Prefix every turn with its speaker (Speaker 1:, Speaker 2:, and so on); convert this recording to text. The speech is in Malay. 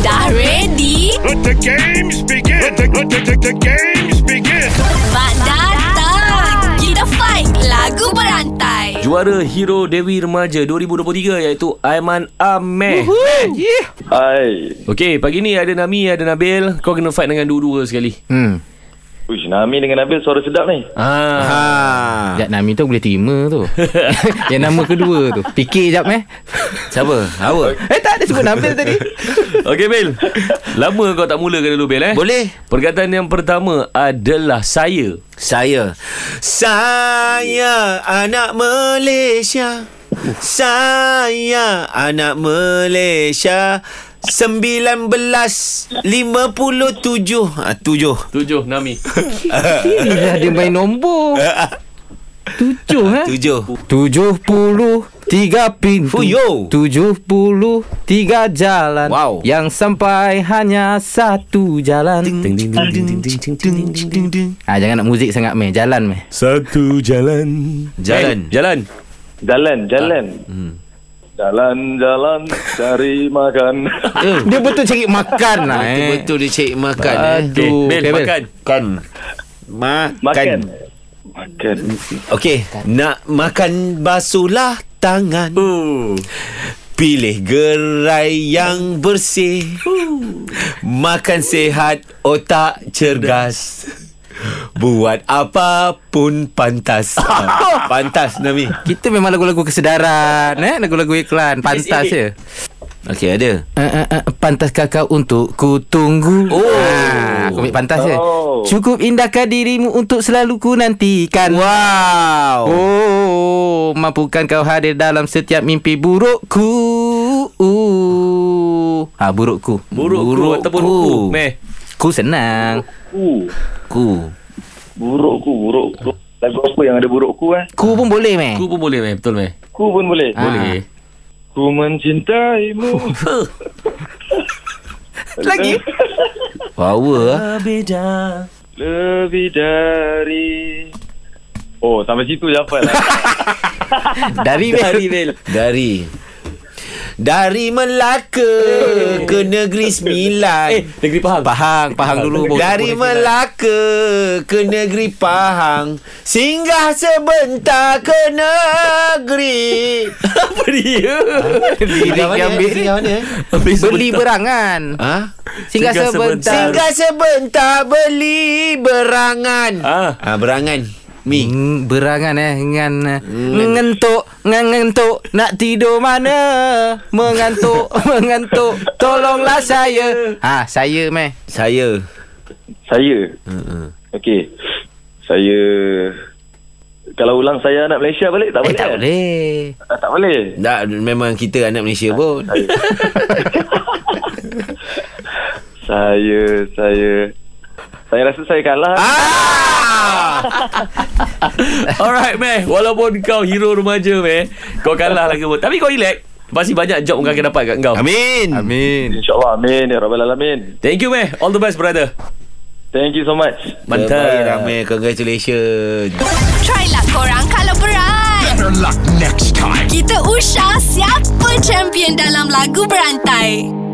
Speaker 1: Dah ready?
Speaker 2: Let the games begin. Let the, let the, the, the games begin.
Speaker 1: Mak datang! Kita fight lagu berantai.
Speaker 3: Juara Hero Dewi Remaja 2023 iaitu Aiman Ameh.
Speaker 4: Hai.
Speaker 3: Okey, pagi ni ada Nami, ada Nabil. Kau kena fight dengan dua-dua sekali.
Speaker 5: Hmm.
Speaker 4: Uish, Nami dengan Nabil suara sedap ni.
Speaker 3: Ah.
Speaker 5: Ha. Sekejap Nami tu boleh terima tu. Yang nama kedua tu. Fikir jap eh.
Speaker 6: Siapa? Awak?
Speaker 5: Eh tak ada sebut Nabil tadi.
Speaker 3: Okey, Bil. Lama kau tak mulakan dulu, Bil eh?
Speaker 6: Boleh?
Speaker 3: Perkataan yang pertama adalah saya.
Speaker 6: Saya. Saya anak Malaysia. Saya anak Malaysia. 1957 ah, tujuh.
Speaker 3: Tujuh, Nami.
Speaker 5: Inilah dia main nombor. Tujuh eh.
Speaker 6: Tujuh.
Speaker 5: Tujuh puluh tiga pintu.
Speaker 6: Fuyo.
Speaker 5: Tujuh puluh tiga jalan.
Speaker 6: Wow.
Speaker 5: Yang sampai hanya satu jalan.
Speaker 3: Ding, ding, ding, ding, ding, ding, ding, ding, ding, ding.
Speaker 5: Ah jangan nak muzik sangat meh. Jalan meh.
Speaker 6: Jalan.
Speaker 3: Bil, jalan.
Speaker 4: Jalan, jalan. Jalan, jalan cari makan.
Speaker 5: Dia betul cari makan lah eh.
Speaker 6: Betul-betul dia cek makan eh.
Speaker 3: Okey,
Speaker 5: Aduh.
Speaker 3: Bil,
Speaker 5: Okey, Bil.
Speaker 3: makan.
Speaker 6: Makan. Makan.
Speaker 4: Makan. Makan.
Speaker 6: Okey, nak makan basuhlah tangan. Uh.
Speaker 3: Oh.
Speaker 6: Pilih gerai yang bersih Uh. Makan sihat Otak cergas Buat apa pun pantas Ah, Pantas Nami
Speaker 5: Kita memang lagu-lagu kesedaran eh lagu-lagu iklan pantas ya.
Speaker 6: Okey ada
Speaker 5: Uh, uh, uh, pantas kakak untuk ku tunggu. Oh, ha, aku ambil pantas ya.
Speaker 4: Oh.
Speaker 5: Cukup indahkah dirimu untuk selalu ku nantikan. Wow. Oh, mampukan kau hadir dalam setiap mimpi burukku. Ha, burukku.
Speaker 3: Buruk, buruk ataupun ku. Meh.
Speaker 5: Ku senang.
Speaker 4: Ku.
Speaker 5: Ku.
Speaker 4: Burukku, burukku. Lagu apa yang ada burukku eh?
Speaker 5: Ku pun boleh meh.
Speaker 3: Ku pun boleh, Meh. Betul, Meh.
Speaker 4: Ku pun boleh.
Speaker 5: Ah.
Speaker 3: Boleh.
Speaker 4: Ku mencintaimu.
Speaker 5: Lagi. Power ah.
Speaker 3: Beda.
Speaker 4: Lebih dari... Oh, sampai situ je apa lah.
Speaker 5: Dari
Speaker 3: Dari,
Speaker 5: meh.
Speaker 3: Bil.
Speaker 6: Dari Dari Melaka Ke negeri sembilan
Speaker 3: Eh, negeri Pahang.
Speaker 5: Pahang, Pahang dulu. baru-
Speaker 6: Dari Melaka ke negeri Pahang Singgah sebentar ke negeri
Speaker 3: Apa dia?
Speaker 5: Lirik yang ambil.
Speaker 6: mana?
Speaker 5: Beli berangan.
Speaker 6: Ha?
Speaker 3: Singgah
Speaker 5: Singgah
Speaker 3: sebentar.
Speaker 5: sebentar.
Speaker 6: Singgah sebentar beli berangan
Speaker 3: Ah.
Speaker 6: ha, Berangan Mi
Speaker 5: Hmm, berangan eh dengan mengentuk mengentuk nak tidur mana mengantuk mengantuk tolonglah saya ha saya meh
Speaker 6: Saya
Speaker 4: Saya. Okey. Saya... Kalau ulang saya anak Malaysia balik,
Speaker 5: eh
Speaker 4: tak boleh.
Speaker 5: tak
Speaker 4: eh?
Speaker 5: boleh
Speaker 4: Ah, tak boleh.
Speaker 6: tak, Memang kita anak Malaysia pun
Speaker 4: Saya, saya... Saya rasa saya kalah.
Speaker 6: Ah!
Speaker 3: Alright, meh. Walaupun kau hero remaja, meh. Kau kalah lagi pun. Tapi kau relax. Pasti banyak job kau akan dapat kat kau.
Speaker 6: Amin
Speaker 5: amin
Speaker 4: InsyaAllah. Amin. Ya Rabbal Alamin.
Speaker 3: Thank you, meh. All the best, brother.
Speaker 4: Thank you so much.
Speaker 6: Terbaik
Speaker 3: Mantap.
Speaker 6: ramai Congratulations
Speaker 1: Try lah korang kalau berat. Better luck next time. Kita usah siapa champion dalam lagu berantai.